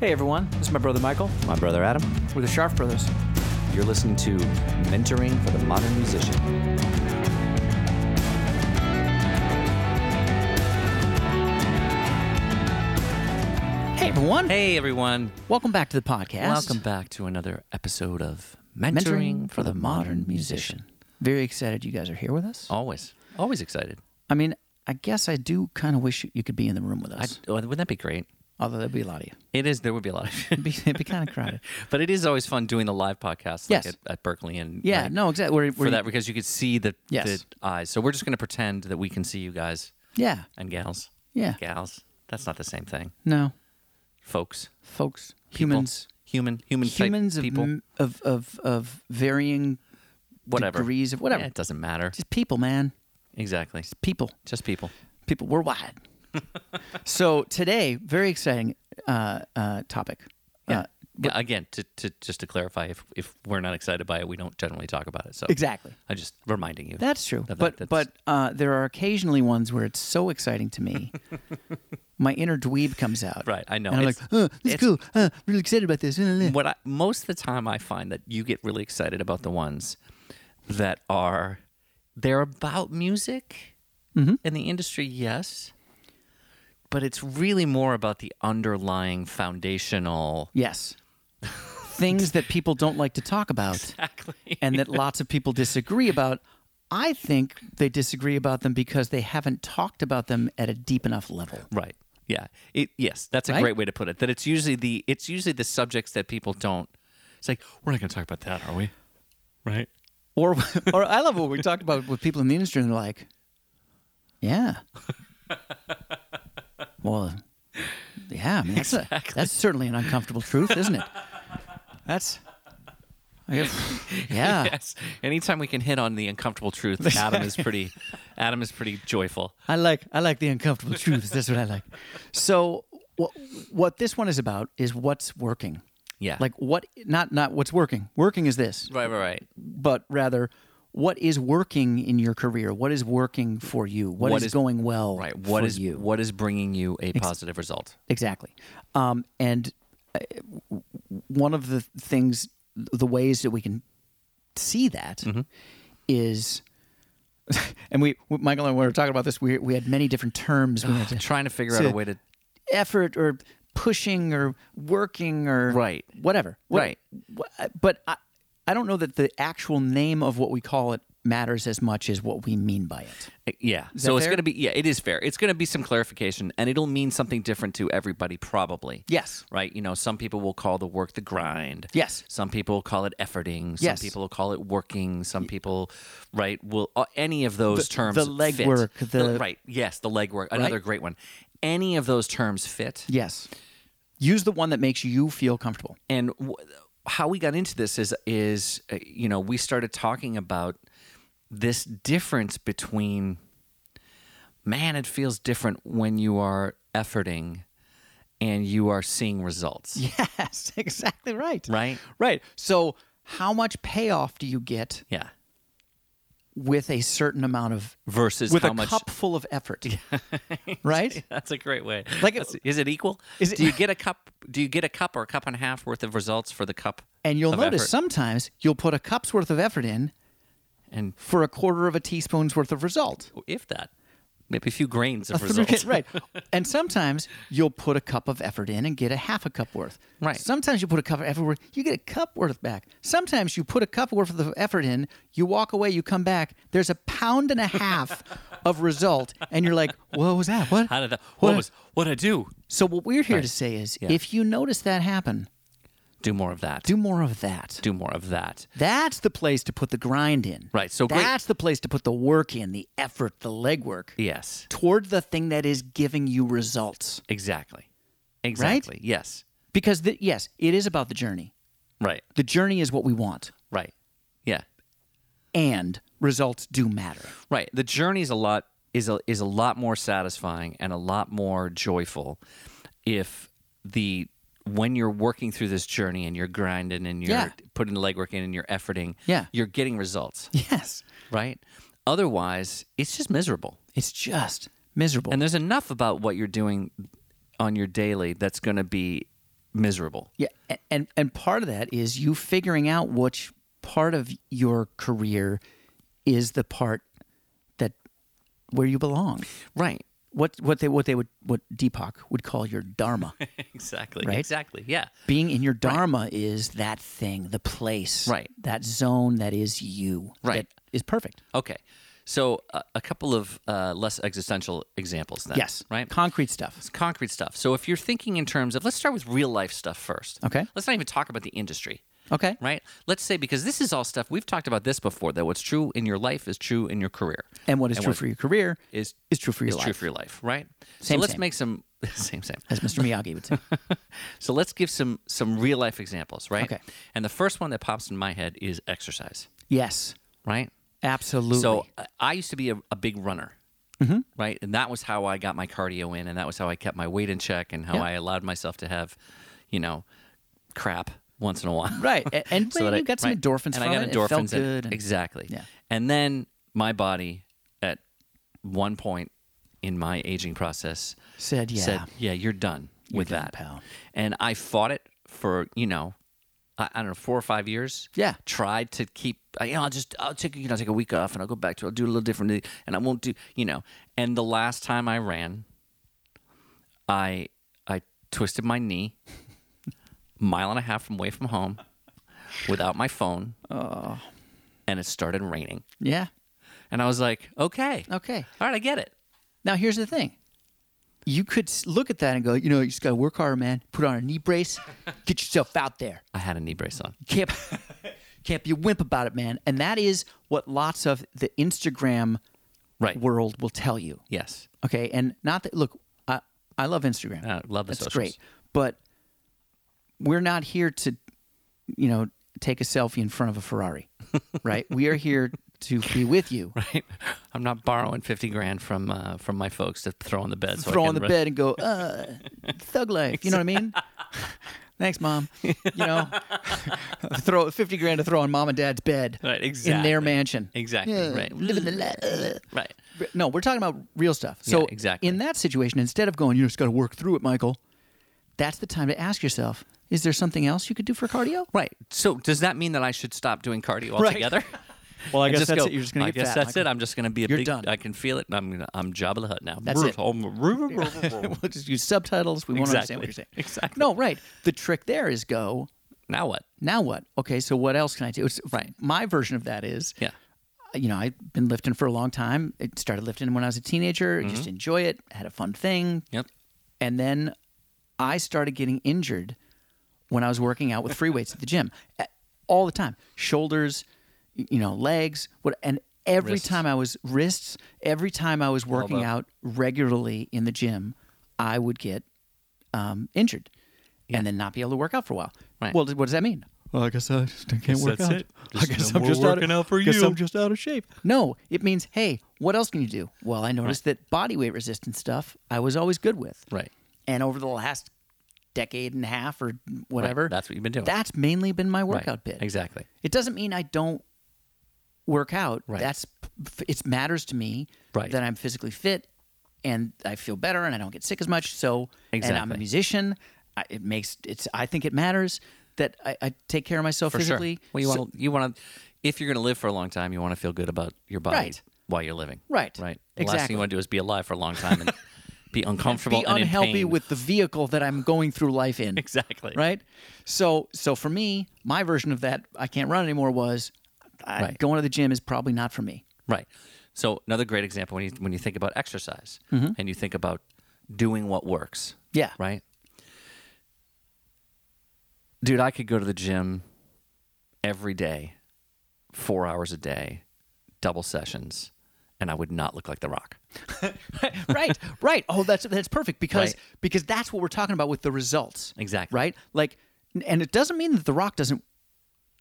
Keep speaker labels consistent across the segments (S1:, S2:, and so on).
S1: Hey everyone, this is my brother Michael.
S2: My brother Adam.
S1: We're the Sharp Brothers.
S2: You're listening to Mentoring for the Modern Musician.
S1: Hey everyone.
S2: Hey everyone.
S1: Welcome back to the podcast.
S2: Welcome back to another episode of Mentoring, for the Modern Musician.
S1: Very excited you guys are here with us.
S2: Always, always excited.
S1: I mean, I guess I do kind of wish you could be in the room with
S2: I,
S1: us.
S2: oh, wouldn't that be great?
S1: Although there'd be a lot of you.
S2: It is. There would be a lot of
S1: It'd be, it'd be kind of crowded.
S2: but it is always fun doing the live podcast.
S1: Yes.
S2: Like at, at Berkeley and
S1: Yeah,
S2: like,
S1: no, exactly. We're,
S2: for that because you could see the, the
S1: Yes.
S2: eyes. So we're just going to pretend that we can see you guys
S1: Yeah,
S2: and gals.
S1: yeah.
S2: Gals. That's not the same thing.
S1: No,
S2: Folks.
S1: folks,
S2: people,
S1: humans,
S2: Human. Human. type
S1: humans of,
S2: people.
S1: m- of of of varying
S2: whatever.
S1: degrees of whatever.
S2: Yeah, it doesn't matter.
S1: Just people, man.
S2: Exactly.
S1: People.
S2: Just people.
S1: people we're wide. so today, very exciting uh, uh, topic. Uh,
S2: Yeah, again, to, to just to clarify, if if we're not excited by it, we don't generally talk about it. So
S1: exactly.
S2: I'm just reminding you.
S1: That's true.
S2: That-
S1: but
S2: that's-
S1: but uh, there are occasionally ones where it's so exciting to me. My inner dweeb comes out.
S2: Right, I know.
S1: And I'm like,
S2: It's-
S1: oh, this is
S2: it's-
S1: cool. Uh, really excited about this. Uh,
S2: what I, most of the time I find that you get really excited about the ones that are they're about music
S1: Mm-hmm.
S2: in the industry, yes, but it's really more about the underlying foundational.
S1: Yes. Things that people don't like to talk about
S2: Exactly.
S1: and that lots of people disagree about. I think they disagree about them because they haven't talked about them at a deep enough level.
S2: Right. Yeah. It, yes, that's a
S1: Right?
S2: great way to put it. That it's usually the it's usually the subjects that people don't. It's like we're not going to talk about that, are we? Right.
S1: or or I love what we talked about with people in the industry, and they're like, "Yeah, well, yeah, I mean, that's a, that's certainly an uncomfortable truth, isn't it? That's, I guess, yeah,
S2: Yes. Anytime we can hit on the uncomfortable truth, Adam is pretty. Adam is pretty joyful.
S1: I like I like the uncomfortable truths. That's what I like. So what what this one is about is what's working,
S2: Yeah.
S1: like what not not what's working. Working is this,
S2: right, right, right.
S1: but rather." What is working in your career? What is working for you? what
S2: What
S1: is,
S2: is-
S1: going well?
S2: Right. What
S1: for
S2: is
S1: you?
S2: what is bringing you a positive result?
S1: Exactly. Um, and uh, w- one of the things, the ways that we can see that
S2: Mm-hmm.
S1: is, and we, Michael and I were talking about this, we, we had many different terms. We had to-
S2: Trying to figure out
S1: So-
S2: a way to
S1: effort or pushing or working or
S2: Right.
S1: whatever. What-
S2: Right.
S1: wh- But I, I don't know that the actual name of what we call it matters as much as what we mean by it.
S2: eh, Yeah. So it's
S1: fair?
S2: going to be, yeah, it is fair. It's going to be some clarification and it'll mean something different to everybody, probably.
S1: Yes.
S2: Right? You know, some people will call the work the grind.
S1: Yes.
S2: Some people will call it efforting. Some
S1: Yes.
S2: people will call it working. Some people, right, will, uh, any of those terms
S1: the leg
S2: fit.
S1: work, the-
S2: right. Yes. The legwork. Another great one. Any of those terms fit.
S1: Yes. Use the one that makes you feel comfortable.
S2: and w- how we got into this is is uh, you know we started talking about this difference between man it feels different when you are efforting and you are seeing results
S1: Yes, exactly right.
S2: right
S1: Right. So, how much payoff do you get
S2: yeah
S1: with a certain amount of
S2: versus
S1: with
S2: how
S1: a
S2: much
S1: cup full of effort? right?
S2: that's a great way like
S1: Like it-
S2: is it equal
S1: Is it-
S2: do you get a cup do you get a cup or a cup and a half worth of results for the cup
S1: And you'll
S2: Of
S1: notice
S2: effort.
S1: sometimes you'll put a cup's worth of effort in
S2: and
S1: for a quarter of a teaspoon's worth of result.
S2: if that maybe a few grains of
S1: That's what
S2: results
S1: you get, right. And sometimes you'll put a cup of effort in and get a half a cup worth.
S2: Right.
S1: Sometimes you put a cup of effort worth, you get a cup worth back. Sometimes you put a cup worth of effort in, you walk away, you come back, there's a pound and a half of result, and you're like, what was that? What?
S2: how did that
S1: What-
S2: what was what i do
S1: So what we're here to say is if you notice that happen,
S2: do more of that
S1: do more of that.
S2: do more of that.
S1: That's the place to put the grind in.
S2: Right, so great-
S1: that's the place to put the work in, the effort, the legwork
S2: Yes,
S1: toward the thing that is giving you results.
S2: exactly. Exactly. Yes.
S1: Because the, yes, it is about the journey.
S2: Right.
S1: The journey is what we want,
S2: Right. Yeah.
S1: and results do matter.
S2: Right. The journey's a lot is a, is a lot more satisfying and a lot more joyful if the when you're working through this journey and you're grinding and you're
S1: Yeah.
S2: putting the legwork in and you're efforting,
S1: Yeah.
S2: you're getting results,
S1: Yes,
S2: right? Otherwise, it's just miserable.
S1: it's just miserable.
S2: And there's enough about what you're doing on your daily that's going to be miserable.
S1: Yeah, a- and and part of that is you figuring out which part of your career is the part that where you belong.
S2: Right.
S1: What what they what they would what Deepak would call your dharma.
S2: Exactly.
S1: Right?
S2: Exactly. Yeah.
S1: Being in your dharma is that thing, the place,
S2: Right.
S1: That zone that is you,
S2: Right.
S1: That is perfect.
S2: Okay. So uh, a couple of uh, less existential examples then.
S1: Yes,
S2: Right.
S1: Concrete stuff.
S2: It's concrete stuff. So if you're thinking in terms of, let's start with real life stuff first.
S1: Okay.
S2: Let's not even talk about the industry.
S1: Okay.
S2: Right. Let's say because this is all stuff we've talked about this before. That what's true in your life is true in your career.
S1: And what is
S2: And
S1: true
S2: what-
S1: for your career
S2: Is
S1: is true for your
S2: is
S1: life,
S2: true for your life, right? so
S1: Same,
S2: let's
S1: same.
S2: make some same same.
S1: as Mr. Miyagi would say.
S2: So let's give some some real life examples, right?
S1: Okay.
S2: And the first one that pops in my head is exercise,
S1: yes,
S2: right?
S1: absolutely. Mm-hmm.
S2: So uh, I used to be a, a big runner, right? And that was how I got my cardio in, and that was how I kept my weight in check, and how I allowed myself to have, you know, crap once in a while.
S1: right, and, and
S2: that
S1: you
S2: I-
S1: got some
S2: right.
S1: endorphins
S2: and
S1: from
S2: I got
S1: it.
S2: endorphins
S1: it felt
S2: and-
S1: good. and-
S2: exactly.
S1: Yeah.
S2: And then my body, at one point in my aging process,
S1: Said yeah.
S2: said, "Yeah, you're done with
S1: done,
S2: that,
S1: pal.
S2: And I fought it for you know, I, I don't know, four or five years.
S1: Yeah.
S2: tried to keep. I, you know, I'll just I'll take you know I'll take a week off and I'll go back to it. I'll do it a little differently, and I won't do you know. And the last time I ran, I I twisted my knee, mile and a half from away from home, without my phone. Oh. And it started raining,
S1: yeah.
S2: and I was like, okay,
S1: Okay.
S2: all right, I get it.
S1: Now here's the thing. You could s- look at that and go, you know, you just got to work harder, man. Put on a knee brace, get yourself out there.
S2: I had a knee brace on.
S1: Can't can't be a wimp about it, man. And that is what lots of the Instagram
S2: Right.
S1: world will tell you.
S2: Yes.
S1: Okay, and not that. Look, I I love Instagram.
S2: Uh, love the
S1: That's
S2: socials.
S1: great, but we're not here to, you know, take a selfie in front of a Ferrari, right? we are here to be with you.
S2: right? I'm not borrowing fifty grand from uh, from my folks to throw on the bed. So I
S1: throw
S2: can
S1: on the
S2: re-
S1: bed and go, uh, thug life. You know what I mean? Thanks, mom. You know, throw fifty grand to throw on mom and dad's bed
S2: Right,
S1: in their
S2: exactly.
S1: mansion.
S2: Exactly.
S1: Yeah,
S2: Right.
S1: living the li- uh.
S2: Right.
S1: No, we're talking about real stuff. So
S2: Yeah, exactly.
S1: in that situation, instead of going, you just got to work through it, Michael. That's the time to ask yourself: Is there something else you could do for cardio?
S2: Right. So does that mean that I should stop doing cardio altogether?
S1: Well, I
S2: And
S1: guess
S2: just
S1: that's
S2: go,
S1: it. You're just gonna
S2: I
S1: get
S2: guess
S1: fat,
S2: that's
S1: Michael."
S2: it. I'm just gonna be a
S1: You're
S2: big.
S1: done.
S2: I can feel it. And I'm gonna, I'm Jabba the Hutt now.
S1: That's it.
S2: it.
S1: Let's just use subtitles. We won't understand what you're saying.
S2: Exactly. Exactly.
S1: No, right. The trick there is go.
S2: now what?
S1: Now what? Okay, so what else can I do? It's,
S2: Right.
S1: My version of that is uh,
S2: Yeah.
S1: you know, I've been lifting for a long time. It started lifting when I was a teenager.
S2: Mm-hmm.
S1: I Just enjoy it. Had a fun thing.
S2: Yep.
S1: And then I started getting injured when I was working out with free weights at the gym A- all the time. Shoulders, y- you know, legs, what and every
S2: Wrists.
S1: time I was wrists, every time I was working
S2: Elbow.
S1: out regularly in the gym, I would get um, injured and then not be able to work out for a while.
S2: Right.
S1: Well, what does that mean?
S3: Well, I guess I just can't work
S2: that's
S3: out.
S2: it. Just
S3: I guess
S2: no
S3: I'm
S2: more
S3: just out
S2: working
S3: of,
S2: out for
S3: guess
S2: you.
S3: I'm just out of shape.
S1: No, it means, hey, what else can you do? Well, I noticed that body weight resistance stuff I was always good with.
S2: Right.
S1: And over the last decade and a half or whatever,
S2: That's what you've been doing.
S1: that's mainly been my
S2: Right.
S1: workout bit.
S2: Exactly.
S1: It doesn't mean I don't work out.
S2: Right.
S1: That's it matters to me
S2: Right.
S1: that I'm physically fit and I feel better and I don't get sick as much. So and I'm
S2: Exactly.
S1: a musician. I, it makes it's. I think it matters that I, I take care of myself
S2: For
S1: physically.
S2: sure. Well, you
S1: So-
S2: want to. you want to if you're gonna live for a long time, you want to feel good about your body
S1: Right.
S2: while you're living. Right.
S1: Right.
S2: The last thing
S1: Exactly.
S2: you want to do is be alive for a long time and be uncomfortable
S1: be
S2: and in
S1: unhealthy
S2: pain.
S1: with the vehicle that I'm going through life in.
S2: exactly.
S1: Right? So so for me, my version of that I can't run anymore was I,
S2: Right.
S1: going to the gym is probably not for me.
S2: Right. So another great example when you when you think about exercise and you think about doing what works.
S1: Mm-hmm. Yeah.
S2: Right. Dude, I could go to the gym every day, four hours a day, double sessions, and I would not look like The Rock.
S1: right. Right. Oh, that's that's perfect because
S2: Right.
S1: because that's what we're talking about with the results.
S2: Exactly.
S1: Right? Like and it doesn't mean that the rock doesn't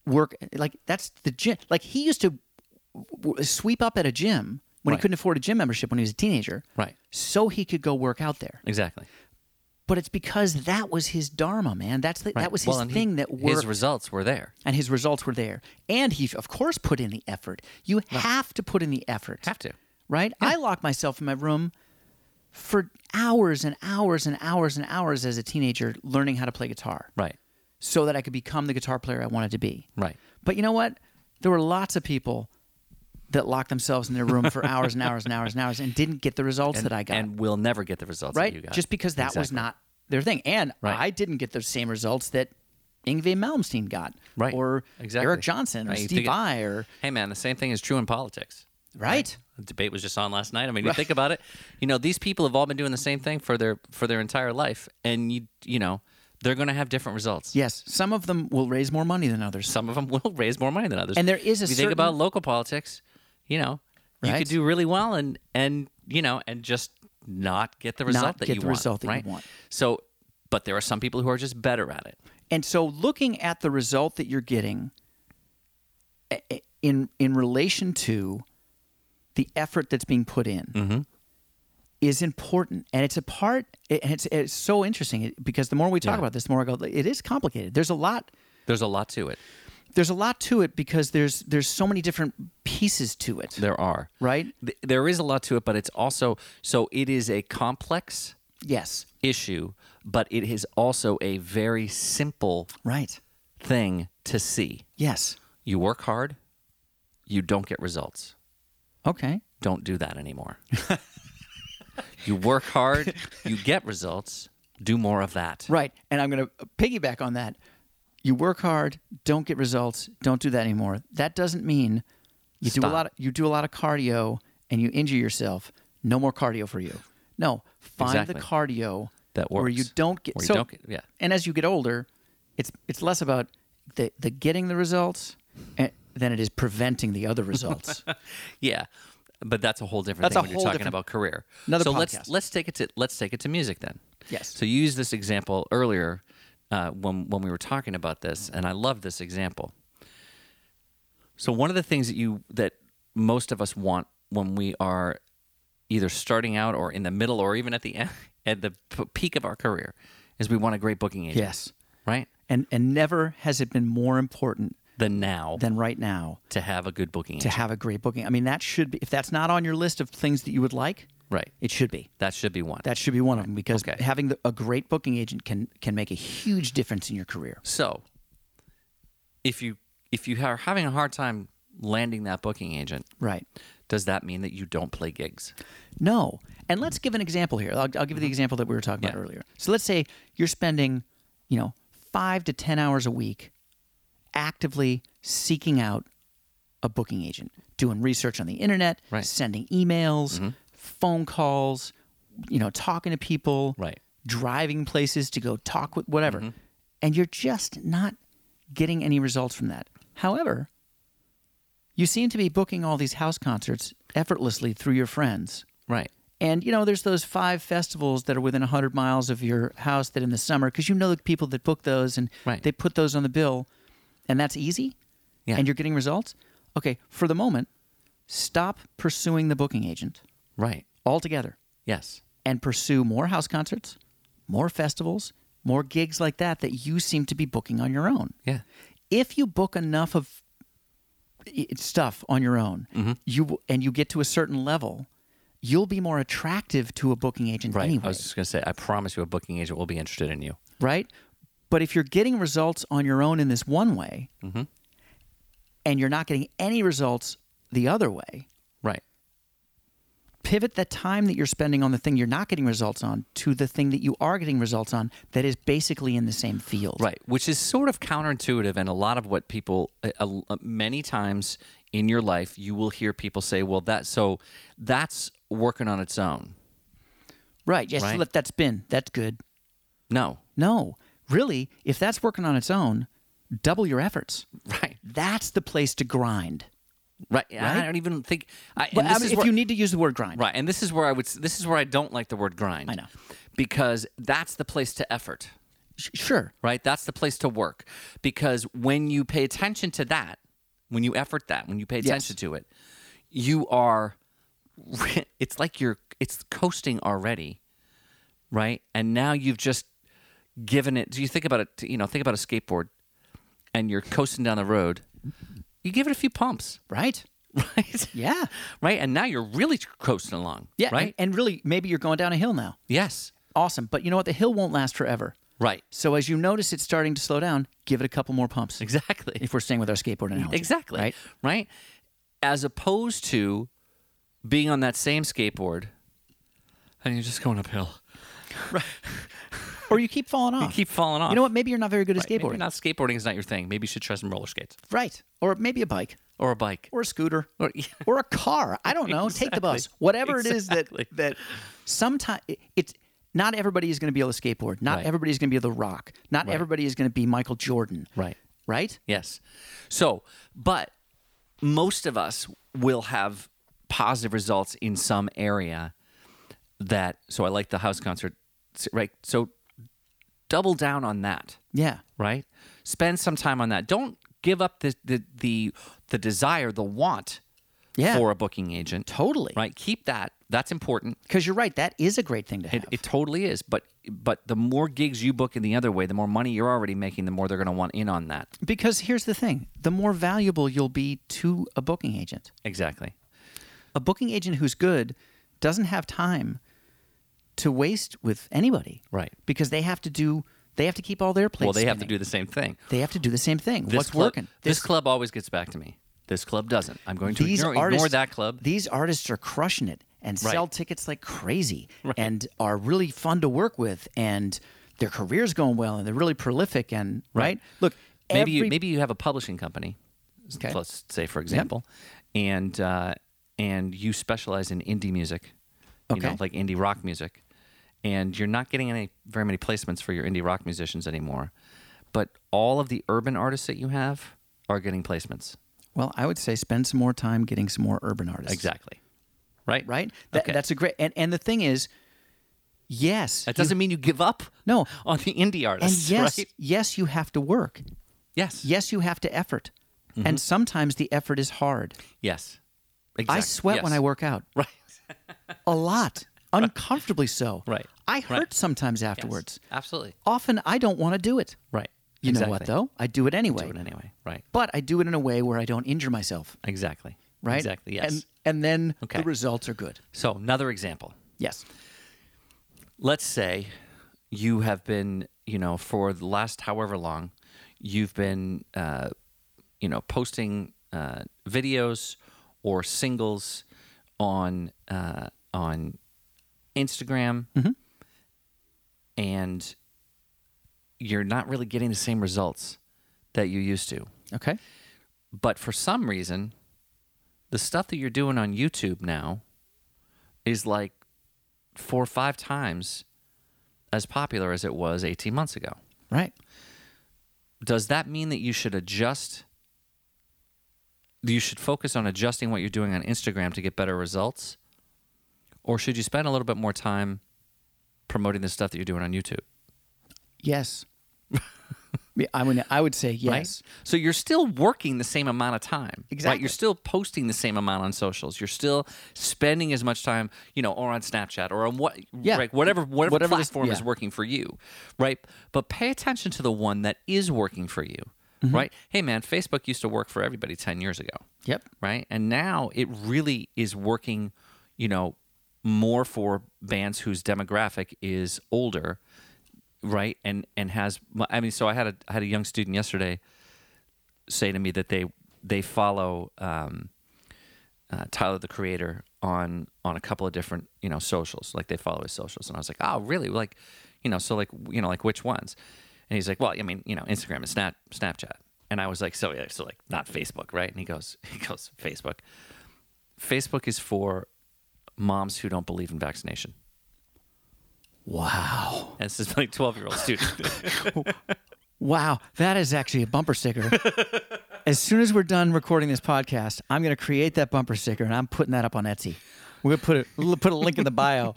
S1: work like that's the gym like he used to w- sweep up at a gym when
S2: Right.
S1: he couldn't afford a gym membership when he was a teenager.
S2: Right.
S1: So he could go work out there.
S2: Exactly.
S1: but it's because that was his dharma, man. That's the,
S2: Right.
S1: that was
S2: Well,
S1: his
S2: and he-
S1: thing that worked,
S2: His results were there.
S1: and his results were there. And he, of course, put in the effort. You have to put in the effort,
S2: Have to.
S1: right? I lock myself in my room for hours and hours and hours and hours as a teenager learning how to play guitar
S2: Right.
S1: so that I could become the guitar player I wanted to be.
S2: Right.
S1: But you know what? There were lots of people that locked themselves in their room for hours and hours and hours and hours and didn't get the results that I got.
S2: And we'll never get the results
S1: right?
S2: that you got.
S1: Just because that was
S2: Exactly.
S1: not their thing. And
S2: Right.
S1: I didn't get the same results that Ingve Malmsteen got.
S2: Right.
S1: Or
S2: Exactly.
S1: Eric Johnson or
S2: Right, you
S1: Steve
S2: think it-
S1: Vai or
S2: Hey, man, the same thing is true in politics.
S1: right.
S2: The debate was just on last night. I mean, you think about it. You know, these people have all been doing the same thing for their for their entire life, and you you know, they're going to have different results.
S1: Yes. Some of them will raise more money than others.
S2: Some of them will raise more money than others.
S1: And there is a
S2: if you
S1: certain-
S2: think about local politics, you know, you
S1: Right.
S2: could do really well and and you know and just not get the result that
S1: get
S2: you
S1: the
S2: want.
S1: result that you
S2: right?
S1: want.
S2: So, but there are some people who are just better at it.
S1: And so looking at the result that you're getting a- a- in in relation to the effort that's being put in
S2: Mm-hmm.
S1: is important and it's a part and it's it's so interesting because the more we talk about this the more I go it is complicated. There's a lot
S2: There's a lot to it.
S1: there's a lot to it because there's there's so many different pieces to it,
S2: There are.
S1: right?
S2: Th- There is a lot to it, but it's also so it is a complex
S1: Yes,
S2: issue, but it is also a very simple
S1: right.
S2: thing to see.
S1: Yes.
S2: You work hard, you don't get results.
S1: Okay.
S2: Don't do that anymore. you work hard, you get results. Do more of that.
S1: Right. And I'm going to piggyback on that. You work hard, don't get results, don't do that anymore. That doesn't mean you do a
S2: Stop.
S1: lot of, you do a lot of cardio and you injure yourself. No more cardio for you. No, find the
S2: Exactly.
S1: cardio
S2: That
S1: where you
S2: works.
S1: don't get
S2: Where you
S1: so
S2: don't get- yeah.
S1: And as you get older, it's it's less about the the getting the results and, than it is preventing the other results.
S2: Yeah. But that's a whole different
S1: That's
S2: thing
S1: a
S2: when
S1: whole
S2: you're talking
S1: different-
S2: about career.
S1: Another
S2: so
S1: podcast.
S2: let's let's take it to let's take it to music then.
S1: Yes.
S2: So you used this example earlier uh, when when we were talking about this, and I love this example. So one of the things that you that most of us want when we are either starting out or in the middle or even at the end, at the p- peak of our career is we want a great booking agent.
S1: yes.
S2: Right.
S1: And and never has it been more important
S2: The now
S1: than right now
S2: to have a good booking
S1: to
S2: agent.
S1: have a great booking. I mean, that should be if that's not on your list of things that you would like,
S2: right.
S1: it should be.
S2: That should be one.
S1: That should be one of them because
S2: Okay.
S1: having the, a great booking agent can can make a huge difference in your career.
S2: So, if you if you are having a hard time landing that booking agent,
S1: Right.
S2: does that mean that you don't play gigs?
S1: No. And let's give an example here. I'll, I'll give you the example that we were talking about
S2: Mm-hmm. Yeah.
S1: earlier. So let's say you're spending, you know, five to 10 hours a week actively seeking out a booking agent, doing research on the internet,
S2: Right. Mm-hmm.
S1: sending emails, phone calls, you know, talking to people,
S2: Right. Mm-hmm.
S1: driving places to go talk with whatever. And you're just not getting any results from that. However, you seem to be booking all these house concerts effortlessly through your friends.
S2: Right.
S1: And you know, there's those five festivals that are within 100 miles of your house that in the summer, because you know the people that book those and
S2: Right.
S1: they put those on the bill, and that's easy,
S2: Yeah.
S1: and you're getting results. Okay, for the moment, stop pursuing the booking agent
S2: Right.
S1: altogether
S2: Yes.
S1: and pursue more house concerts, more festivals, more gigs like that that you seem to be booking on your own
S2: Yeah.
S1: if you book enough of i- stuff on your own,
S2: Mm-hmm.
S1: you w- and you get to a certain level, you'll be more attractive to a booking agent
S2: Right.
S1: anyway,
S2: I was just gonna say, I promise you, a booking agent will be interested in you.
S1: right? But if you're getting results on your own in this one way,
S2: Mm-hmm.
S1: and you're not getting any results the other way,
S2: Right.
S1: pivot the time that you're spending on the thing you're not getting results on to the thing that you are getting results on that is basically in the same field.
S2: Right. Which is sort of counterintuitive, and a lot of what people, a- a- a- many times in your life, you will hear people say, "Well, that so that's working on its own."
S1: Right. Yes,
S2: Right.
S1: let that spin. That's good.
S2: No.
S1: No, really, if that's working on its own, double your efforts.
S2: Right.
S1: That's the place to grind.
S2: Right.
S1: Right?
S2: I don't even think. I, and
S1: But
S2: this
S1: I mean,
S2: is
S1: if
S2: where-
S1: you need to use the word grind,
S2: Right, and this is where I would. s- This is where I don't like the word grind.
S1: I know.
S2: because that's the place to effort.
S1: sh- sure,
S2: Right, that's the place to work because when you pay attention to that, when you effort that, when you pay attention to it, you are. It's like you're. It's coasting already, right? And now you've just given it. Do you think about it? You know, think about a skateboard, and you're coasting down the road. You give it a few pumps
S1: right?
S2: right?
S1: Yeah.
S2: Right. And now you're really coasting along.
S1: Yeah. and-
S2: Right.
S1: And, really, maybe you're going down a hill now.
S2: yes.
S1: Awesome. But you know what? The hill won't last forever.
S2: Right.
S1: So as you notice it's starting to slow down, give it a couple more pumps.
S2: Exactly.
S1: If we're staying with our skateboard analogy.
S2: Exactly.
S1: Right?
S2: Right? As opposed to being on that same skateboard and you're just going uphill.
S1: Or you keep falling off.
S2: You keep falling off.
S1: You know what? Maybe you're not very good at
S2: Maybe
S1: skateboarding.
S2: not skateboarding is not your thing. Maybe you should try some roller skates
S1: Right. Or maybe a bike.
S2: or a bike.
S1: Or a scooter.
S2: Or-
S1: or a car. I don't know. Take the bus. Whatever it is that
S2: Exactly.
S1: that sometimes it's not everybody is going to be able to skateboard. Not
S2: Right.
S1: everybody is going to be able to rock. Not everybody is going to be Michael Jordan.
S2: Right.
S1: Right.
S2: Yes. So, but most of us will have positive results in some area that so I like the house concert s- right so double down on that
S1: Yeah.
S2: right spend some time on that don't give up the the the, the desire the want
S1: Yeah.
S2: for a booking agent
S1: Totally.
S2: right keep that that's important
S1: Because you're right. That is a great thing to have.
S2: it, it totally is but but the more gigs you book in the other way the more money you're already making the more they're going to want in on that
S1: because here's the thing: the more valuable you'll be to a booking agent.
S2: exactly
S1: A booking agent who's good doesn't have time to waste with anybody.
S2: Right.
S1: Because they have to do. They have to keep all their plates.
S2: well they have to
S1: spinning.
S2: do the same thing
S1: They have to do the same thing.
S2: this
S1: What's
S2: club,
S1: working?
S2: This, club always gets back to me. This club doesn't. I'm going to
S1: these
S2: ignore,
S1: artists,
S2: ignore that club.
S1: These artists are crushing it and
S2: Right.
S1: sell tickets like crazy and are really fun to work with and their career's going well and they're really prolific and right. Look,
S2: Maybe you,
S1: every-
S2: maybe you have a publishing company. s-
S1: Okay.
S2: Let's say, for example, and uh, and you specialize in indie music, you know,
S1: Okay.
S2: like indie rock music, and you're not getting any very many placements for your indie rock musicians anymore. But all of the urban artists that you have are getting placements.
S1: well, I would say spend some more time getting some more urban artists.
S2: Exactly. Right.
S1: Right. That,
S2: Okay.
S1: That's a great. And and the thing is, yes,
S2: That doesn't mean you give up
S1: no,
S2: on the indie
S1: and
S2: artists,
S1: yes,
S2: right?
S1: yes, you have to work.
S2: Yes.
S1: Yes, you have to effort,
S2: Mm-hmm.
S1: and sometimes the effort is hard.
S2: Yes.
S1: I
S2: Exact-
S1: sweat when
S2: yes.
S1: I work out.
S2: Right.
S1: a lot, uncomfortably so.
S2: Right.
S1: I hurt sometimes afterwards.
S2: Absolutely.
S1: Often I don't want to do it.
S2: Right.
S1: You know what though? I do it anyway.
S2: But anyway, right.
S1: But I do it in a way where I don't injure myself.
S2: Exactly.
S1: Right.
S2: Exactly. Yes.
S1: And and then
S2: Okay.
S1: the results are good.
S2: so another example.
S1: Yes.
S2: Let's say you have been, you know, for the last however long, you've been, uh, you know, posting uh, videos or singles on uh, on Instagram,
S1: Mm-hmm.
S2: and you're not really getting the same results that you used to.
S1: Okay.
S2: but for some reason, the stuff that you're doing on YouTube now is like four or five times as popular as it was 18 months ago.
S1: Right.
S2: Does that mean that you should adjust? You should focus on adjusting what you're doing on Instagram to get better results? Or should you spend a little bit more time promoting the stuff that you're doing on YouTube?
S1: Yes. Yeah, I would I would say
S2: right?
S1: yes.
S2: So you're still working the same amount of time. Right?
S1: Exactly.
S2: You're still posting the same amount on socials. You're still spending as much time, you know, or on Snapchat or on what
S1: Yeah.
S2: right, whatever whatever,
S1: Whatever this-
S2: platform is
S1: yeah.
S2: working for you. Right? But pay attention to the one that is working for you.
S1: Mm-hmm.
S2: Right? Hey man, Facebook used to work for everybody 10 years ago
S1: Yep.
S2: right? And now it really is working, you know, more for bands whose demographic is older, right? And and has I mean, so I had a I had a young student yesterday say to me that they they follow um, uh, Tyler the Creator on on a couple of different you know socials, like they follow his socials, and I was like, oh really? Like, you know, so like you know like which ones? And he's like, well, I mean, you know, Instagram and Snap Snapchat, and I was like, so yeah, so like not Facebook, right? And he goes, he goes, Facebook. Facebook is for moms who don't believe in vaccination.
S1: Wow.
S2: And this is like twelve year old student.
S1: Wow. That is actually a bumper sticker. as soon as we're done recording this podcast, I'm gonna create that bumper sticker and I'm putting that up on Etsy. We're gonna put a put a link in the bio.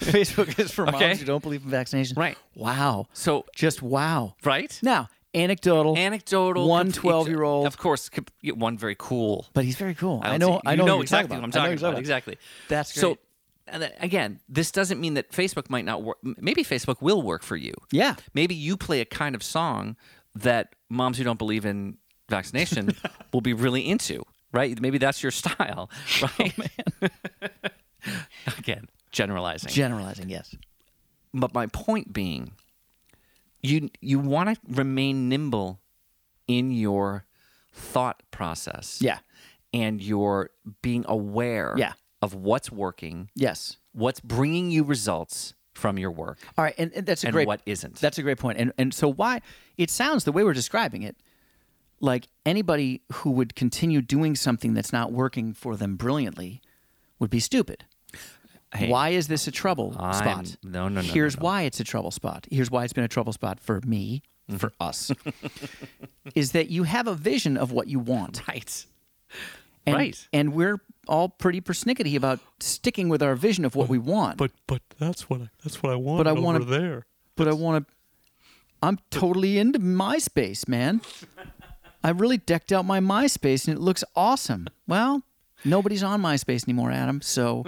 S1: Facebook is for moms
S2: Okay.
S1: who don't believe in vaccinations.
S2: Right.
S1: Wow.
S2: so
S1: Just wow.
S2: right,
S1: Now, anecdotal.
S2: anecdotal.
S1: One
S2: complete-
S1: 12-year-old.
S2: Of course, comp- one very cool
S1: But he's very cool. I,
S2: don't
S1: know.
S2: see-
S1: I
S2: you
S1: know,
S2: know
S1: what you're
S2: exactly
S1: talking
S2: what I'm
S1: about. I know
S2: talking
S1: exactly
S2: about. Exactly.
S1: That's
S2: so.
S1: great.
S2: and then, Again, this doesn't mean that Facebook might not work. M- Maybe Facebook will work for you.
S1: Yeah.
S2: Maybe you play a kind of song that moms who don't believe in vaccination will be really into, right? Maybe that's your style, right?
S1: Oh,
S2: Again, generalizing.
S1: Generalizing, yes.
S2: but my point being, you you want to remain nimble in your thought process.
S1: Yeah.
S2: And your being aware
S1: Yeah.
S2: of what's working,
S1: Yes.
S2: what's bringing you results from your work,
S1: All right, and, and that's a
S2: and
S1: great
S2: what isn't.
S1: That's a great point. And and so why it sounds the way we're describing it, like anybody who would continue doing something that's not working for them brilliantly would be stupid.
S2: Hey,
S1: why is this a trouble spot?
S2: I'm- no, no, no, no,
S1: Here's
S2: no.
S1: why it's a trouble spot. Here's why it's been a trouble spot for me,
S2: Mm-hmm.
S1: for us. is that you have a vision of what you want.
S2: right.
S1: And,
S2: Right.
S1: And we're all pretty persnickety about sticking with our vision of what we want.
S3: But but that's what I that's what I want.
S1: I
S3: over
S1: wanna-
S3: there.
S1: but I want to. I'm totally into MySpace, man. I really decked out my MySpace and it looks awesome. Well, nobody's on MySpace anymore, Adam. So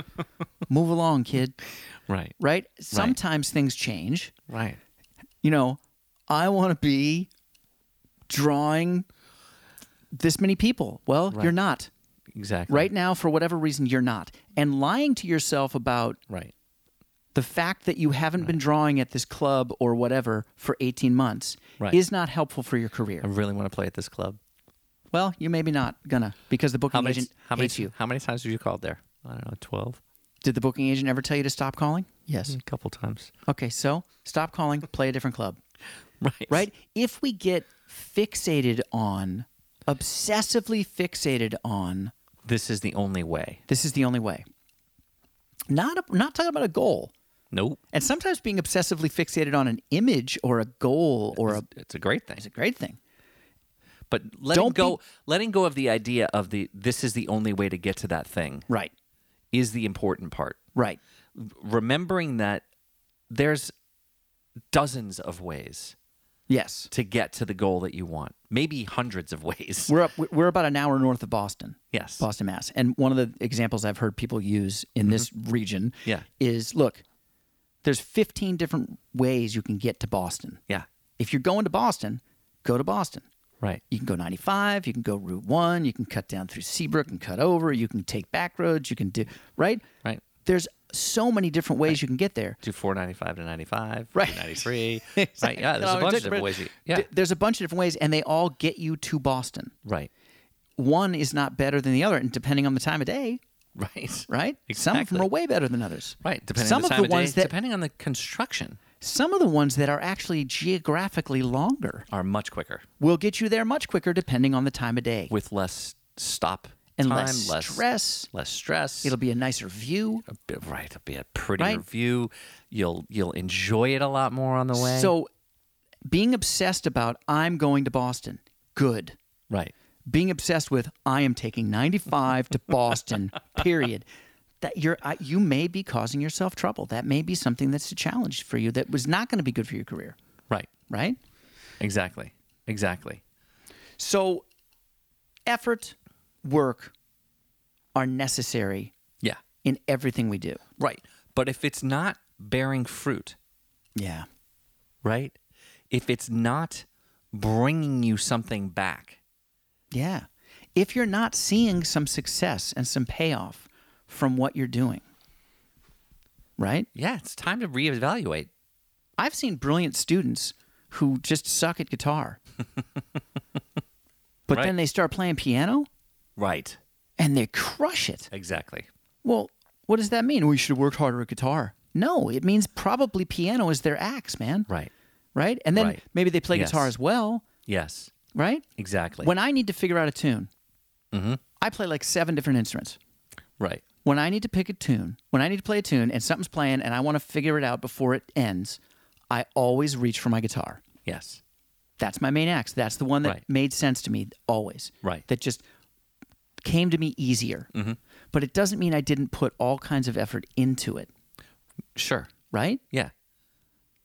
S1: move along, kid.
S2: Right.
S1: Right? Sometimes things change.
S2: Right.
S1: You know, I want to be drawing this many people. Well, you're not.
S2: Exactly.
S1: Right now, for whatever reason, you're not. And lying to yourself about
S2: Right.
S1: the fact that you haven't been drawing at this club or whatever for 18 months
S2: Right. Uh,
S1: is not helpful for your career.
S2: I really want to play at this club.
S1: Well, you maybe not gonna because the booking
S2: How many,
S1: agent
S2: how, many,
S1: hates you.
S2: how many times have you called there? I don't know, 12?
S1: Did the booking agent ever tell you to stop calling? Yes.
S2: A couple times.
S1: Okay, so stop calling, play a different club.
S2: Right.
S1: Right? If we get fixated on obsessively fixated on
S2: This is the only way.
S1: this is the only way. Not a, not talking about a goal.
S2: Nope.
S1: And sometimes being obsessively fixated on an image or a goal or a
S2: It's a great thing.
S1: is a great thing.
S2: But letting
S1: Don't be-
S2: go letting go of the idea of the this is the only way to get to that thing
S1: Right.
S2: is the important part.
S1: Right.
S2: Remembering that there's dozens of ways
S1: Yes.
S2: to get to the goal that you want. Maybe hundreds of ways.
S1: We're up. We're about an hour north of Boston.
S2: Yes.
S1: Boston, Mass. And one of the examples I've heard people use in this region
S2: Mm-hmm. Yeah.
S1: is look, there's 15 different ways you can get to Boston.
S2: Yeah.
S1: If you're going to Boston, go to Boston.
S2: Right.
S1: You can go 95, you can go Route 1, you can cut down through Seabrook and cut over, you can take back roads, you can do, right?
S2: Right.
S1: There's so many different ways you can get there.
S2: Do 495 to 95,
S1: Right.
S2: 93. Right. Yeah, there's a
S1: No,
S2: bunch of
S1: it's
S2: different ways. you- Yeah.
S1: D- There's a bunch of different ways, and they all get you to Boston.
S2: right.
S1: One is not better than the other, and depending on the time of day,
S2: Right.
S1: right? Some of them
S2: Exactly.
S1: are way better than others.
S2: Right. Depending
S1: some
S2: on the time
S1: of the ones
S2: day,
S1: that
S2: depending on the construction
S1: some of the ones that are actually geographically longer
S2: are much quicker
S1: will get you there much quicker depending on the time of day
S2: with less stop
S1: and
S2: time,
S1: less, stress.
S2: less stress.
S1: It'll be a nicer view.
S2: a bit, right. It'll be a prettier
S1: Right.
S2: view. You'll you'll enjoy it a lot more on the way.
S1: So, being obsessed about I'm going to Boston, good.
S2: right,
S1: Being obsessed with I am taking 95 to Boston, period. That you're I, you may be causing yourself trouble. That may be something that's a challenge for you that was not going to be good for your career,
S2: right,
S1: right?
S2: exactly, exactly.
S1: So, effort, work are necessary
S2: Yeah,
S1: in everything we do.
S2: right. But if it's not bearing fruit,
S1: Yeah.
S2: right? If it's not bringing you something back,
S1: Yeah. If you're not seeing some success and some payoff from what you're doing, right?
S2: yeah, it's time to reevaluate.
S1: I've seen brilliant students who just suck at guitar, but then
S2: Right.
S1: they start playing piano
S2: Right,
S1: and they crush it.
S2: exactly.
S1: Well, what does that mean? We should have worked harder at guitar. No, it means probably piano is their axe, man.
S2: Right.
S1: Right? And then
S2: Right.
S1: maybe they play
S2: Yes.
S1: guitar as well,
S2: Yes.
S1: right?
S2: Exactly.
S1: When I need to figure out a tune,
S2: Mm-hmm.
S1: I play like seven different instruments.
S2: right.
S1: when I need to pick a tune, when I need to play a tune and something's playing and I want to figure it out before it ends, I always reach for my guitar.
S2: Yes.
S1: That's my main axe. That's the one that
S2: Right.
S1: made sense to me always.
S2: Right. Mm-hmm.
S1: That just came to me easier. But it doesn't mean I didn't put all kinds of effort into it,
S2: Sure.
S1: right?
S2: Yeah.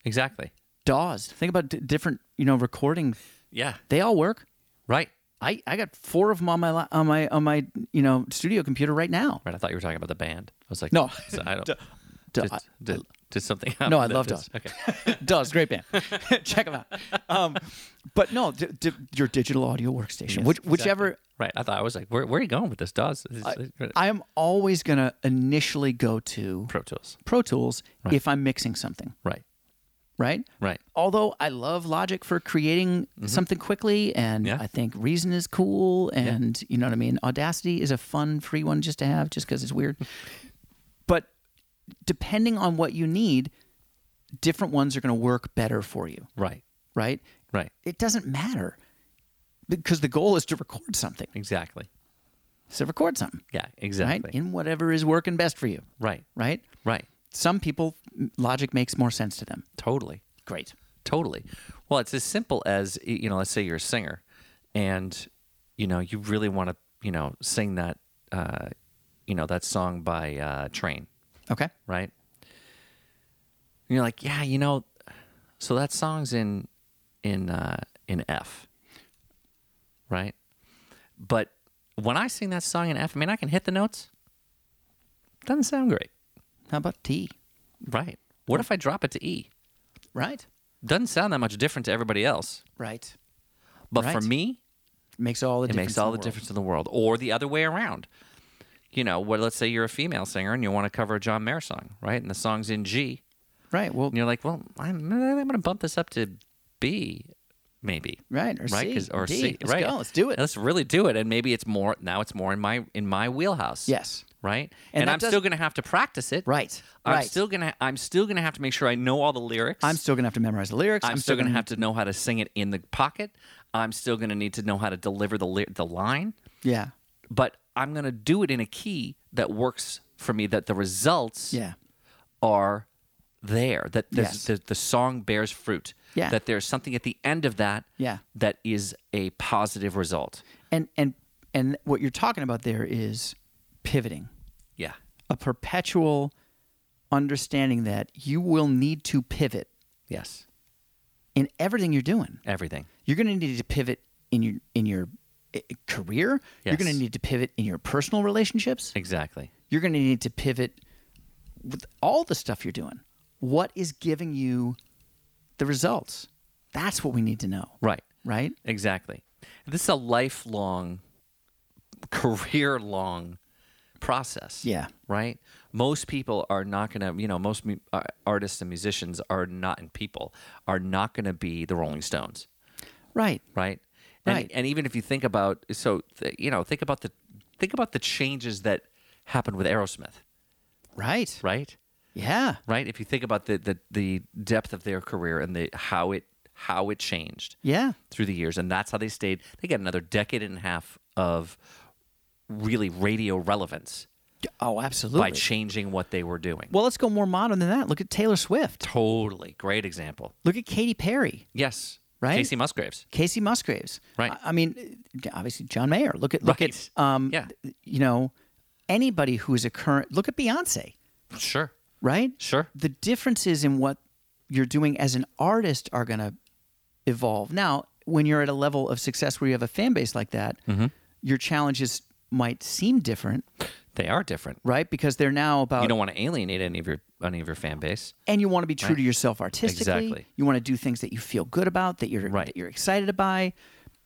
S2: Exactly.
S1: DAWs. Think about d- different, you know, recording.
S2: Yeah.
S1: They all work.
S2: Right.
S1: I, I got four of them on my li- on my on my you know studio computer right now.
S2: Right. I thought you were talking about the band. I was like,
S1: No.
S2: so I don't.
S1: Duh,
S2: Did,
S1: I-
S2: did, Did something happen?
S1: No, I
S2: that
S1: love
S2: is-
S1: Does. Does great band. Check them out. Um, but no, d- d- your digital audio workstation, which, whichever. uh,
S2: Right. I thought I was like, where, where are you going with this? Does This is-
S1: I am always going to initially go to
S2: Pro Tools.
S1: Pro Tools if I'm mixing something,
S2: Right.
S1: right?
S2: Right.
S1: Although I love Logic for creating something quickly, and
S2: Mm-hmm. Yeah.
S1: I think Reason is cool, and you know what I mean? Audacity is a fun, free one just to have just because it's weird. but depending on what you need, different ones are going to work better for you,
S2: Right.
S1: right?
S2: Right.
S1: It doesn't matter because the goal is to record something.
S2: Exactly.
S1: So record something,
S2: Yeah. Exactly.
S1: right? In whatever is working best for you,
S2: right.
S1: right?
S2: Right.
S1: Some people, Logic makes more sense to them.
S2: Totally.
S1: Great.
S2: Totally. Well, it's as simple as y- you know. Let's say you're a singer, and you know you really want to you know sing that uh, you know that song by uh, Train,
S1: Okay.
S2: right? And you're like, yeah, you know, so that song's in in uh, in F, right? But when I sing that song in F, I mean, I can hit the notes. Doesn't sound great,
S1: How about T?
S2: right? What if I drop it to E?
S1: Right.
S2: Doesn't sound that much different to everybody else,
S1: Right.
S2: but for
S1: Right.
S2: me,
S1: Makes all the
S2: it
S1: difference.
S2: makes all the,
S1: in the world.
S2: difference in the world or the other way around you know what let's say you're a female singer and you want to cover a john mayer song right and the song's in g
S1: Right. Well,
S2: and you're like well i'm, I'm going to bump this up to b maybe
S1: right. Or
S2: right 'Cause-
S1: C.
S2: or
S1: D.
S2: c
S1: Let's
S2: right
S1: go. Let's do it.
S2: let's really do it and maybe it's more now it's more in my in my wheelhouse
S1: yes.
S2: right
S1: And
S2: and,
S1: that
S2: i'm
S1: does-
S2: still going to have to practice it
S1: Right.
S2: i'm
S1: right.
S2: still going to i'm still going to have to make sure i know all the lyrics
S1: I'm still gonna have to memorize the lyrics.
S2: I'm, still going to
S1: gonna
S2: have to know how to sing it in the pocket. I'm still going to need to know how to deliver the ly- the line,
S1: Yeah.
S2: but I'm going to do it in a key that works for me. That the results
S1: Yeah.
S2: are there. That the,
S1: Yes.
S2: the the song bears fruit.
S1: Yeah.
S2: That there's something at the end of that.
S1: Yeah.
S2: That is a positive result.
S1: And and and what you're talking about there is pivoting,
S2: Yeah.
S1: a perpetual understanding that you will need to pivot
S2: Yes.
S1: in everything you're doing.
S2: Everything.
S1: you're going to need to pivot in your in your eh, career. You're
S2: Yes.
S1: going to need to pivot in your personal relationships.
S2: Exactly.
S1: You're going to need to pivot with all the stuff you're doing. What is giving you the results? That's what we need to know,
S2: Right.
S1: right?
S2: Exactly. This is a lifelong, career long process.
S1: Yeah.
S2: Right? Most people are not going to, you know, most mu- uh, artists and musicians are not, and people are not going to be the Rolling Stones.
S1: Right.
S2: Right? And,
S1: Right.
S2: And even if you think about, so, th- you know, think about the, think about the changes that happened with Aerosmith.
S1: Right.
S2: Right?
S1: Yeah.
S2: Right? If you think about the, the, the depth of their career and the, how it, how it changed
S1: Yeah.
S2: through the years, and that's how they stayed. They got another decade and a half of really radio relevance
S1: Oh, absolutely.
S2: by changing what they were doing.
S1: well, let's go more modern than that. Look at Taylor Swift.
S2: totally great example.
S1: Look at Katy Perry.
S2: Yes,
S1: Right?
S2: Casey Musgraves.
S1: Casey Musgraves.
S2: Right.
S1: I, I mean, obviously John Mayer. Look at look
S2: Right.
S1: at um,
S2: Yeah.
S1: you know, anybody who is a current. Look at Beyonce,
S2: Sure,
S1: right?
S2: sure.
S1: The differences in what you're doing as an artist are going to evolve. Now, when you're at a level of success where you have a fan base like that,
S2: Mm-hmm.
S1: your challenges might seem different,
S2: They are different.
S1: right? Because they're now about
S2: You don't want to alienate any of your any of your fan base.
S1: and you want to be true to yourself artistically.
S2: Exactly.
S1: You want to do things that you feel good about, that you're
S2: Right.
S1: that you're excited by.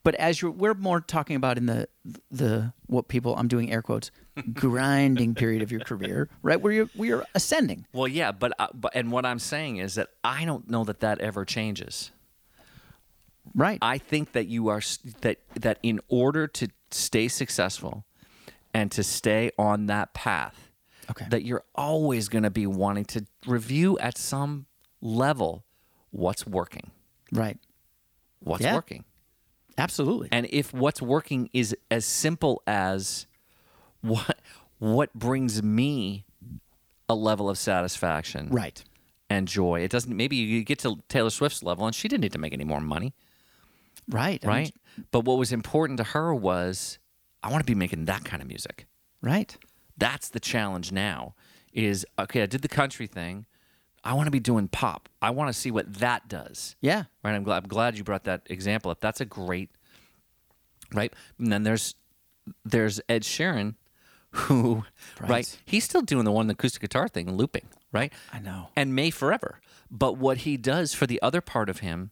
S1: But as you're, we're more talking about in the the what people I'm doing air quotes grinding period of your career, right? Where you're we are ascending.
S2: Well, yeah, but, I, but and what I'm saying is that I don't know that that ever changes.
S1: Right.
S2: I think that you are s- that that in order to stay successful and to stay on that path,
S1: Okay.
S2: that you're always going to be wanting to review at some level what's working,
S1: right.
S2: what's
S1: Yeah.
S2: working,
S1: Absolutely.
S2: and if what's working is as simple as what what brings me a level of satisfaction,
S1: right.
S2: and joy. It doesn't. Maybe you get to Taylor Swift's level, and she didn't need to make any more money.
S1: Right. I mean,
S2: right? But what was important to her was I want to be making that kind of music.
S1: right.
S2: That's the challenge now is okay, I did the country thing. I want to be doing pop. I want to see what that does.
S1: Yeah.
S2: Right? I'm glad I'm glad you brought that example up. That's a great right? And then there's there's Ed Sheeran who right?
S1: Right.
S2: He's still doing the one the acoustic guitar thing, looping. right?
S1: I know.
S2: and may forever. But what he does for the other part of him,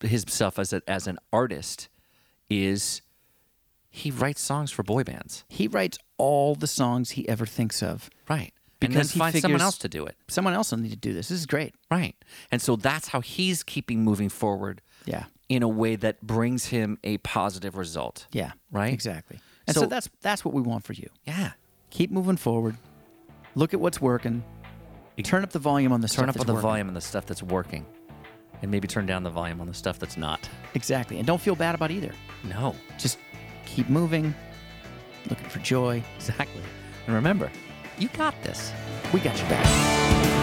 S2: himself as a, as an artist, is he writes songs for boy bands,
S1: He writes all the songs he ever thinks of.
S2: right? and then
S1: Because he
S2: finds someone
S1: figures-
S2: else to do it,
S1: Someone else will need to do this. This is great.
S2: right? And so that's how he's keeping moving forward
S1: Yeah.
S2: in a way that brings him a positive result.
S1: Yeah.
S2: Right?
S1: Exactly. And so,
S2: So-
S1: that's that's what we want for you.
S2: Yeah.
S1: Keep moving forward. Look at what's working. Turn up the volume on the
S2: Turn
S1: stuff
S2: up
S1: that's
S2: on the
S1: working.
S2: volume on the stuff that's working, and maybe turn down the volume on the stuff that's not.
S1: Exactly. And don't feel bad about either.
S2: No,
S1: Just keep moving. Looking for joy.
S2: exactly. And remember, you got this.
S1: We got your back.